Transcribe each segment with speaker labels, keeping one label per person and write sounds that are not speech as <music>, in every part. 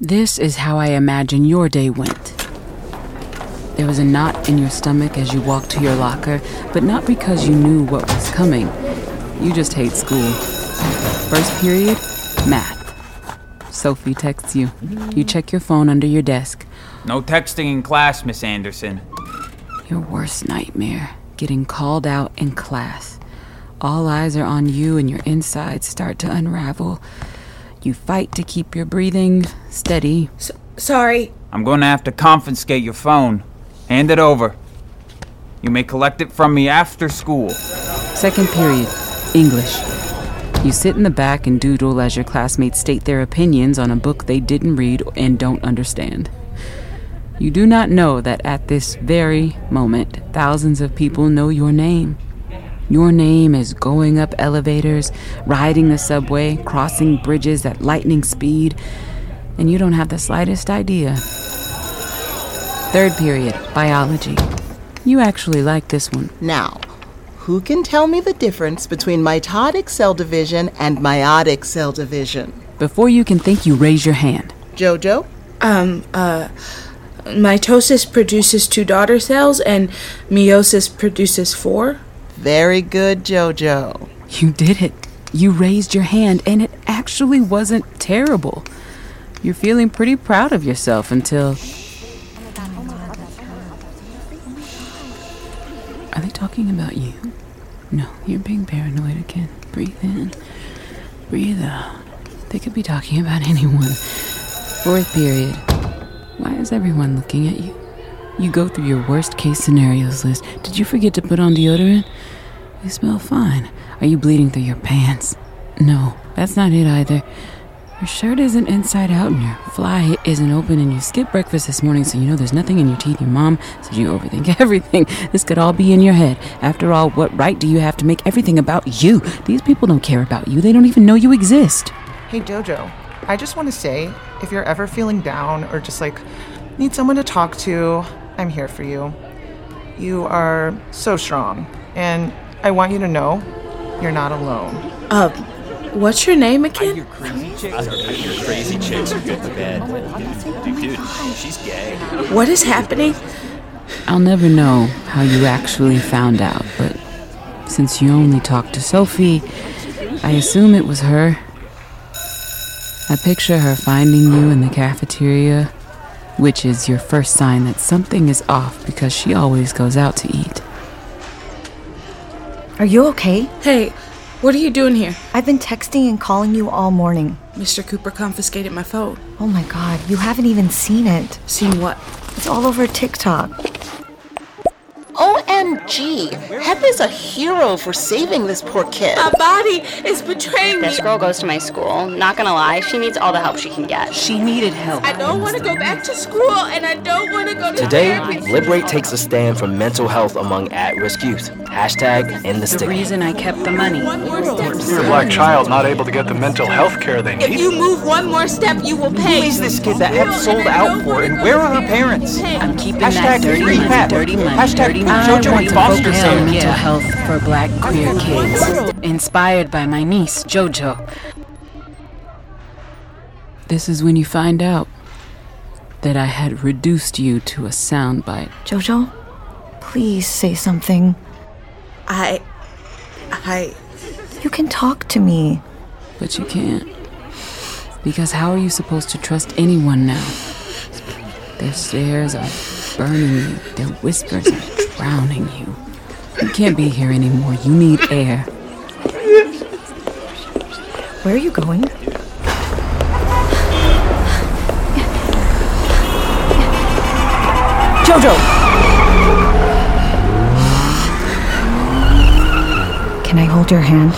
Speaker 1: This is how I imagine your day went. There was a knot in your stomach as you walked to your locker, but not because you knew what was coming. You just hate school. First period, math. Sophie texts you. You check your phone under your desk.
Speaker 2: No texting in class, Miss Anderson.
Speaker 1: Your worst nightmare getting called out in class. All eyes are on you, and your insides start to unravel. You fight to keep your breathing steady.
Speaker 3: S- sorry.
Speaker 2: I'm going to have to confiscate your phone. Hand it over. You may collect it from me after school.
Speaker 1: Second period, English. You sit in the back and doodle as your classmates state their opinions on a book they didn't read and don't understand. You do not know that at this very moment, thousands of people know your name. Your name is going up elevators, riding the subway, crossing bridges at lightning speed, and you don't have the slightest idea. Third period, biology. You actually like this one.
Speaker 4: Now, who can tell me the difference between mitotic cell division and meiotic cell division?
Speaker 1: Before you can think, you raise your hand.
Speaker 4: Jojo?
Speaker 3: Um, uh, mitosis produces two daughter cells and meiosis produces four.
Speaker 4: Very good, Jojo.
Speaker 1: You did it. You raised your hand, and it actually wasn't terrible. You're feeling pretty proud of yourself until. Are they talking about you? No, you're being paranoid again. Breathe in, breathe out. They could be talking about <laughs> anyone. Fourth period. Why is everyone looking at you? You go through your worst case scenarios list. Did you forget to put on deodorant? You smell fine. Are you bleeding through your pants? No, that's not it either. Your shirt isn't inside out and your fly isn't open and you skipped breakfast this morning so you know there's nothing in your teeth. Your mom said you overthink <laughs> everything. This could all be in your head. After all, what right do you have to make everything about you? These people don't care about you. They don't even know you exist.
Speaker 5: Hey Dojo, I just want to say if you're ever feeling down or just like need someone to talk to, I'm here for you. You are so strong, and I want you to know you're not alone.
Speaker 3: Uh, what's your name again?
Speaker 6: You crazy chicks. Your crazy chicks are good to bed. Dude, dude, she's gay.
Speaker 3: What is happening?
Speaker 1: I'll never know how you actually found out, but since you only talked to Sophie, I assume it was her. I picture her finding you in the cafeteria, which is your first sign that something is off because she always goes out to eat.
Speaker 7: Are you okay?
Speaker 3: Hey, what are you doing here?
Speaker 7: I've been texting and calling you all morning.
Speaker 3: Mr. Cooper confiscated my phone.
Speaker 7: Oh my god, you haven't even seen it.
Speaker 3: Seen what?
Speaker 7: It's all over TikTok.
Speaker 4: OMG! Heather's a hero for saving this poor kid.
Speaker 3: My body is betraying me.
Speaker 8: This girl goes to my school. Not gonna lie, she needs all the help she can get.
Speaker 1: She needed help.
Speaker 3: I don't want to go back to school, and I don't want to go to
Speaker 6: Today,
Speaker 3: therapy.
Speaker 6: Liberate takes a stand for mental health among at-risk youth. Hashtag end the
Speaker 9: The
Speaker 6: stigma.
Speaker 9: reason I kept the money.
Speaker 3: One more
Speaker 10: You're a
Speaker 3: step.
Speaker 10: black child not able to get the mental health care they
Speaker 3: If
Speaker 10: need.
Speaker 3: you move one more step, you will pay.
Speaker 2: Who is this kid that Hep sold out for, and where are her parents?
Speaker 9: I'm keeping
Speaker 2: Hashtag
Speaker 9: that dirty
Speaker 2: free
Speaker 9: money,
Speaker 2: Pep.
Speaker 9: dirty money,
Speaker 2: Hashtag
Speaker 9: dirty money.
Speaker 2: Jojo
Speaker 9: I want to
Speaker 2: Foster
Speaker 9: focus
Speaker 2: Center.
Speaker 9: on mental
Speaker 2: Yeah.
Speaker 9: health for black queer kids. Inspired by my niece, Jojo.
Speaker 1: This is when you find out that I had reduced you to a soundbite.
Speaker 7: Jojo, please say something.
Speaker 3: I, I.
Speaker 7: You can talk to me.
Speaker 1: But you can't. Because how are you supposed to trust anyone now? Their stares are burning you, their whispers are drowning you. You can't be here anymore. You need air.
Speaker 7: Where are you going?
Speaker 1: Jojo!
Speaker 7: Can I hold your hand?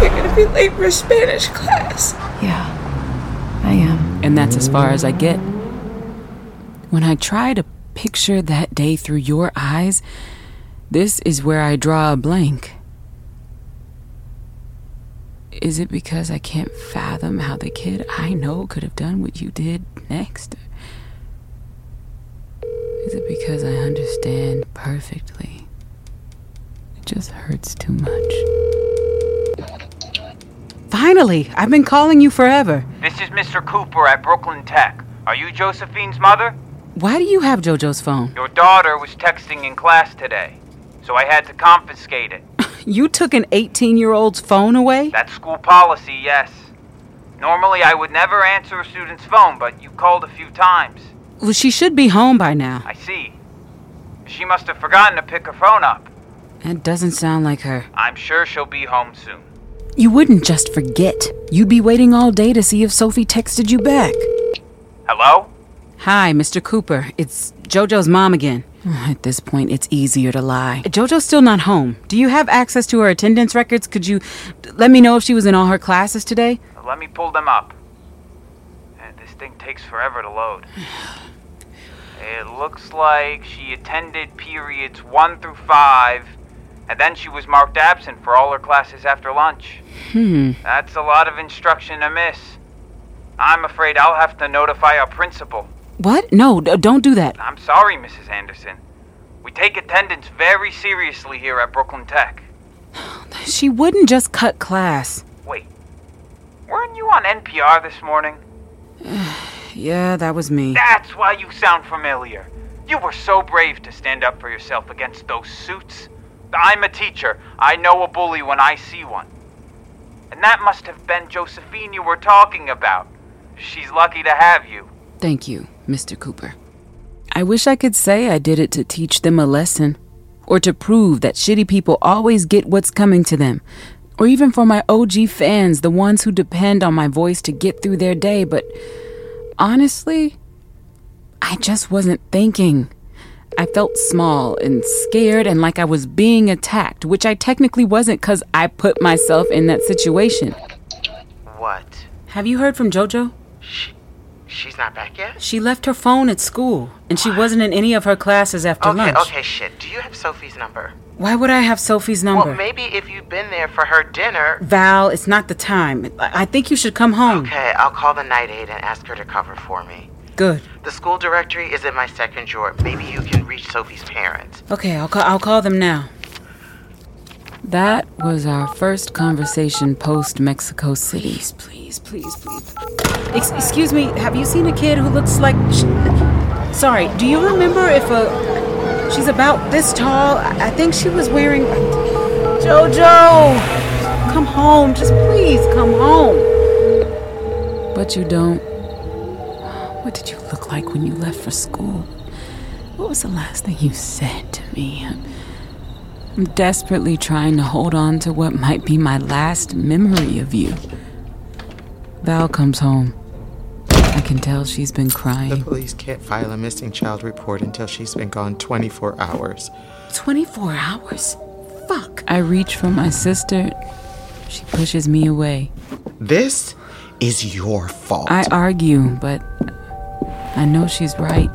Speaker 3: You're gonna be late for Spanish class.
Speaker 7: Yeah, I am.
Speaker 1: And that's as far as I get. When I try to picture that day through your eyes, this is where I draw a blank. Is it because I can't fathom how the kid I know could have done what you did next? Is it because I understand perfectly? It just hurts too much. Finally, I've been calling you forever.
Speaker 2: This is Mr. Cooper at Brooklyn Tech. Are you Josephine's mother?
Speaker 1: Why do you have JoJo's phone?
Speaker 2: Your daughter was texting in class today, so I had to confiscate it.
Speaker 1: You took an 18 year old's phone away?
Speaker 2: That's school policy, yes. Normally, I would never answer a student's phone, but you called a few times.
Speaker 1: Well, she should be home by now.
Speaker 2: I see. She must have forgotten to pick her phone up.
Speaker 1: That doesn't sound like her.
Speaker 2: I'm sure she'll be home soon.
Speaker 1: You wouldn't just forget. You'd be waiting all day to see if Sophie texted you back.
Speaker 2: Hello?
Speaker 1: Hi, Mr. Cooper. It's JoJo's mom again. <sighs> At this point, it's easier to lie. JoJo's still not home. Do you have access to her attendance records? Could you let me know if she was in all her classes today?
Speaker 2: Let me pull them up. Man, this thing takes forever to load. <sighs> It looks like she attended periods 1 through 5, and then she was marked absent for all her classes after lunch.
Speaker 1: Hmm.
Speaker 2: That's a lot of instruction to miss. I'm afraid I'll have to notify our principal.
Speaker 1: What? No, d- don't do that.
Speaker 2: I'm sorry, Mrs. Anderson. We take attendance very seriously here at Brooklyn Tech.
Speaker 1: She wouldn't just cut class.
Speaker 2: Wait, weren't you on NPR this morning?
Speaker 1: Yeah, that was me.
Speaker 2: That's why you sound familiar. You were so brave to stand up for yourself against those suits. I'm a teacher. I know a bully when I see one. And that must have been Josephine you were talking about. She's lucky to have you.
Speaker 1: Thank you, Mr. Cooper. I wish I could say I did it to teach them a lesson, or to prove that shitty people always get what's coming to them, or even for my OG fans, the ones who depend on my voice to get through their day, but honestly, I just wasn't thinking. I felt small and scared and like I was being attacked, which I technically wasn't because I put myself in that situation.
Speaker 11: What?
Speaker 1: Have you heard from JoJo?
Speaker 11: She, she's not back yet?
Speaker 1: She left her phone at school and she wasn't in any of her classes after
Speaker 11: okay,
Speaker 1: lunch.
Speaker 11: Okay, shit. Do you have Sophie's number?
Speaker 1: Why would I have Sophie's number? Mm.
Speaker 11: Well, maybe if you've been there for her dinner.
Speaker 1: Val, it's not the time. I I think you should come home.
Speaker 11: Okay, I'll call the night aide and ask her to cover for me.
Speaker 1: Good.
Speaker 11: The school directory is in my second drawer. Maybe you can reach Sophie's parents.
Speaker 1: Okay, I'll call, I'll call them now. That was our first conversation post Mexico City. Please,
Speaker 9: Please, please, please.
Speaker 1: Ex- excuse me, have you seen a kid who looks like. Sh- Sorry, do you remember if a. She's about this tall? I I think she was wearing. JoJo! Come home, just please come home. But you don't. What did you look like when you left for school? What was the last thing you said to me? I'm desperately trying to hold on to what might be my last memory of you. Val comes home. I can tell she's been
Speaker 11: The
Speaker 1: crying.
Speaker 11: police can't file a missing child report until she's been gone 24 hours.
Speaker 1: 24 hours? Fuck. I reach for my sister. She pushes me away.
Speaker 11: This is your fault.
Speaker 1: I argue, but I know she's right.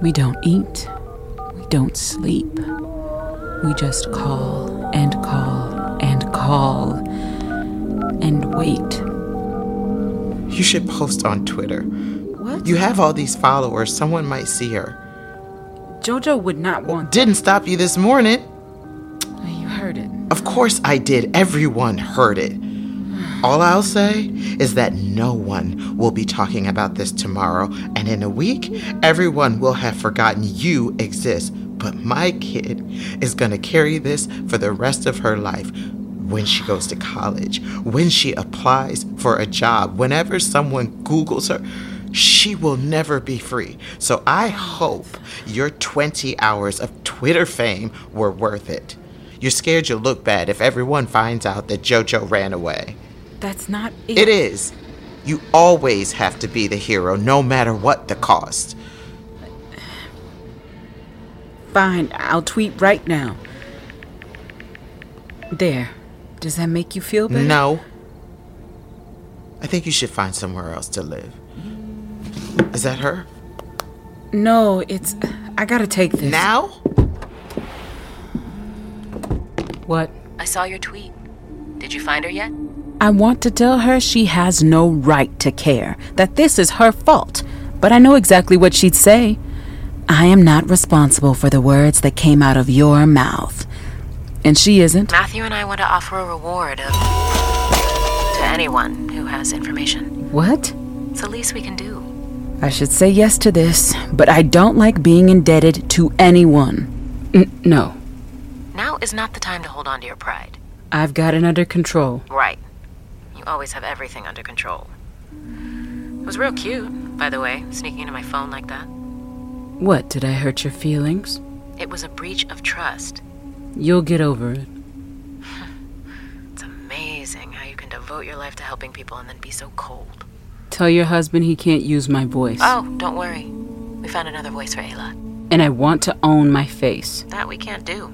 Speaker 1: We don't eat. We don't sleep. We just call and call and call and wait.
Speaker 11: You should post on Twitter. What? You have all these followers. Someone might see her.
Speaker 1: Jojo would not want.
Speaker 11: Didn't stop you this morning.
Speaker 1: You heard it.
Speaker 11: Of course I did. Everyone heard it. All I'll say is that no one will be talking about this tomorrow, and in a week, everyone will have forgotten you exist. But my kid is gonna carry this for the rest of her life when she goes to college, when she applies for a job, whenever someone Googles her. She will never be free. So I hope your 20 hours of Twitter fame were worth it. You're scared you'll look bad if everyone finds out that JoJo ran away.
Speaker 1: That's not
Speaker 11: It is. You always have to be the hero, no matter what the cost.
Speaker 1: Fine, I'll tweet right now. There. Does that make you feel better?
Speaker 11: No. I think you should find somewhere else to live. Is that her?
Speaker 1: No, it's. I gotta take this.
Speaker 11: Now?
Speaker 1: What?
Speaker 9: I saw your tweet. Did you find her yet?
Speaker 1: I want to tell her she has no right to care, that this is her fault. But I know exactly what she'd say. I am not responsible for the words that came out of your mouth. And she isn't.
Speaker 9: Matthew and I want to offer a reward of to anyone who has information.
Speaker 1: What?
Speaker 9: It's the least we can do.
Speaker 1: I should say yes to this, but I don't like being indebted to anyone. N- no.
Speaker 9: Now is not the time to hold on to your pride.
Speaker 1: I've got it under control.
Speaker 9: Right. You always have everything under control. It was real cute, by the way, sneaking into my phone like that.
Speaker 1: What, did I hurt your feelings?
Speaker 9: It was a breach of trust.
Speaker 1: You'll get over it.
Speaker 9: It's amazing how you can devote your life to helping people and then be so cold.
Speaker 1: Tell your husband he can't use my voice.
Speaker 9: Oh, don't worry. We found another voice for Ayla.
Speaker 1: And I want to own my face.
Speaker 9: That we can't do.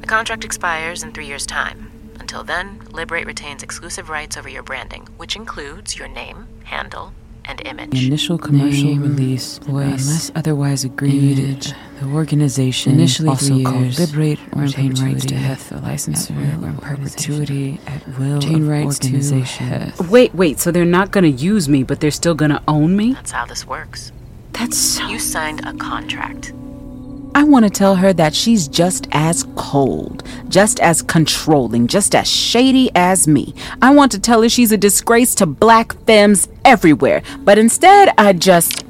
Speaker 9: The contract expires in three years' time. Until then, Liberate retains exclusive rights over your branding, which includes your name, handle, and image.
Speaker 11: Mm.
Speaker 1: Initial commercial
Speaker 9: Name,
Speaker 1: release, voice,
Speaker 9: unless
Speaker 1: otherwise
Speaker 9: agreed,
Speaker 1: the organization,
Speaker 9: initially
Speaker 1: also
Speaker 9: three
Speaker 1: called
Speaker 9: years,
Speaker 1: Liberate,
Speaker 9: or
Speaker 1: or
Speaker 9: in
Speaker 1: obtain rights to
Speaker 9: perpetuity,
Speaker 1: health, the licensor,
Speaker 9: will,
Speaker 1: or in perpetuity at will,
Speaker 9: Obtain
Speaker 1: of
Speaker 9: rights to
Speaker 1: organization.
Speaker 9: health.
Speaker 1: Wait, wait. So they're not gonna use me, but they're still gonna own me?
Speaker 9: That's how this works.
Speaker 1: That's so.
Speaker 9: You signed a contract.
Speaker 1: I want to tell her that she's just as cold, just as controlling, just as shady as me. I want to tell her she's a disgrace to black femmes everywhere, but instead I just.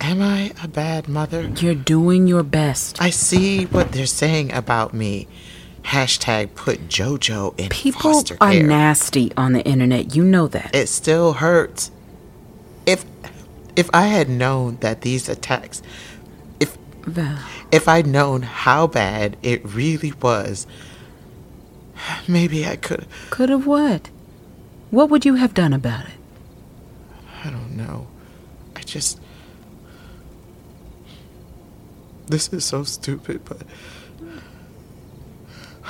Speaker 11: Am I a bad mother?
Speaker 1: You're doing your best.
Speaker 11: I see what they're saying about me. Hashtag put JoJo in
Speaker 1: People
Speaker 11: foster
Speaker 1: are
Speaker 11: care.
Speaker 1: nasty on the internet. You know that.
Speaker 11: it still hurts. If if I had known that these attacks, if
Speaker 1: Val.
Speaker 11: if I'd known how bad it really was, maybe I could.
Speaker 1: Could have what? What would you have done about it?
Speaker 11: I don't know. I just. This is so stupid, but.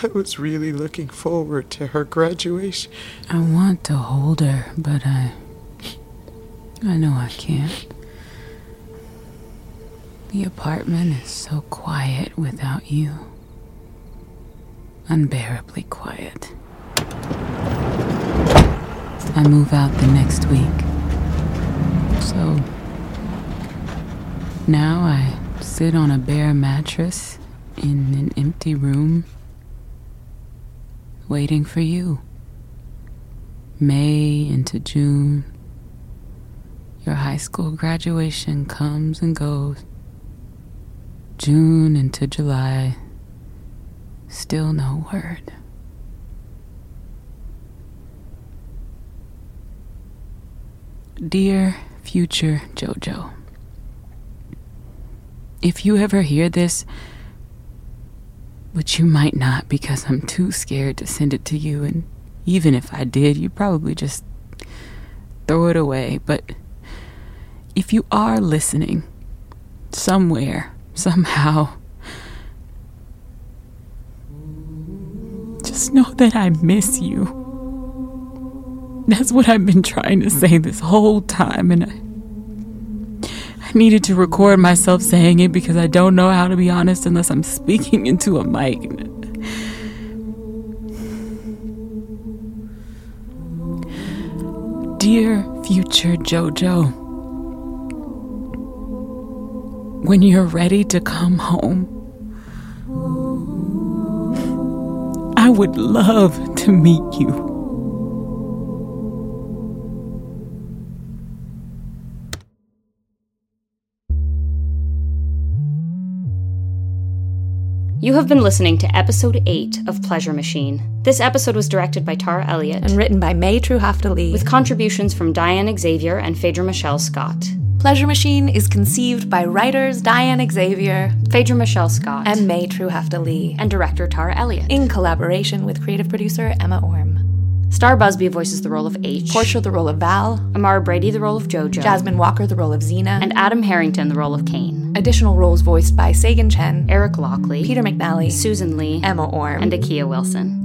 Speaker 11: I was really looking forward to her graduation.
Speaker 1: I want to hold her, but I. I know I can't. The apartment is so quiet without you. Unbearably quiet. I move out the next week. So. Now I sit on a bare mattress in an empty room, waiting for you. May into June. Your high school graduation comes and goes. June into July. Still no word. Dear future JoJo, if you ever hear this, which you might not because I'm too scared to send it to you, and even if I did, you'd probably just throw it away. But if you are listening, somewhere, somehow, just know that I miss you. That's what I've been trying to say this whole time, and I, I needed to record myself saying it because I don't know how to be honest unless I'm speaking into a mic. Dear future JoJo, when you're ready to come home, I would love to meet you.
Speaker 8: You have been listening to episode 8 of Pleasure Machine. This episode was directed by Tara Elliott
Speaker 12: and written by May Truhaftalee.
Speaker 8: with contributions from Diane Xavier and Phaedra Michelle Scott.
Speaker 12: Pleasure Machine is conceived by writers Diane Xavier,
Speaker 8: Phaedra Michelle Scott,
Speaker 12: and May Truhaftalee,
Speaker 8: and director Tara Elliott.
Speaker 12: in collaboration with creative producer Emma Orm.
Speaker 8: Star Busby voices the role of H.
Speaker 12: Portia the role of Val,
Speaker 8: Amara Brady the role of JoJo.
Speaker 12: Jasmine Walker the role of Xena,
Speaker 8: And Adam Harrington the role of Kane.
Speaker 12: additional roles voiced by Sagan Chen,
Speaker 8: Eric Lockley.
Speaker 12: Peter McNally,
Speaker 8: Susan Lee.
Speaker 12: Emma Orm.
Speaker 8: And Akia Wilson.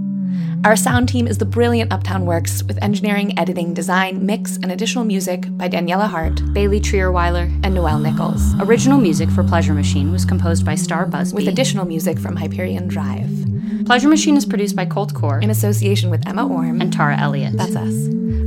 Speaker 12: Our sound team is the brilliant Uptown Works with engineering, editing, design, mix, and additional music by Daniela Hart
Speaker 8: Bailey Trierweiler.
Speaker 12: and Noelle Nichols,
Speaker 8: Original music for Pleasure Machine was composed by Star Busby.
Speaker 12: with additional music from Hyperion Drive,
Speaker 8: Pleasure Machine is produced by Colt Core
Speaker 12: in association with Emma Orm.
Speaker 8: and Tara Elliott.
Speaker 12: That's us.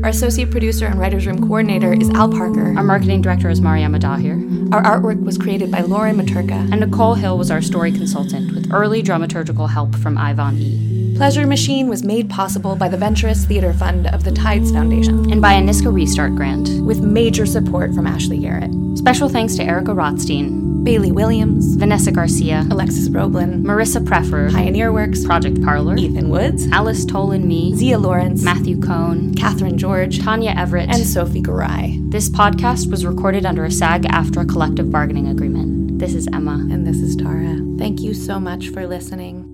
Speaker 12: Our associate producer and writers room coordinator is Al Parker.
Speaker 8: Our marketing director is Mariama Dahir.
Speaker 5: Our artwork was created by Lauren Maturka.
Speaker 8: And Nicole Hill was our story consultant with early dramaturgical help from Ivan E.
Speaker 5: Pleasure Machine was made possible by the Venturous Theater Fund of the Tides Foundation
Speaker 8: and by a NISCA Restart grant
Speaker 5: with major support from Ashley Garrett.
Speaker 8: Special thanks to Erica Rothstein,
Speaker 5: Bailey Williams,
Speaker 8: Vanessa Garcia,
Speaker 5: Alexis Roblin,
Speaker 8: Marissa Preffer,
Speaker 5: Pioneer Works,
Speaker 8: Project Parlor,
Speaker 5: Ethan Woods,
Speaker 8: Alice Tolan Me,
Speaker 5: Zia Lawrence,
Speaker 8: Matthew Cohn,
Speaker 5: Catherine George,
Speaker 8: Tanya Everett,
Speaker 5: and Sophie Garai.
Speaker 8: This podcast was recorded under a SAG AFTRA collective bargaining agreement. This is Emma.
Speaker 5: And this is Tara. Thank you so much for listening.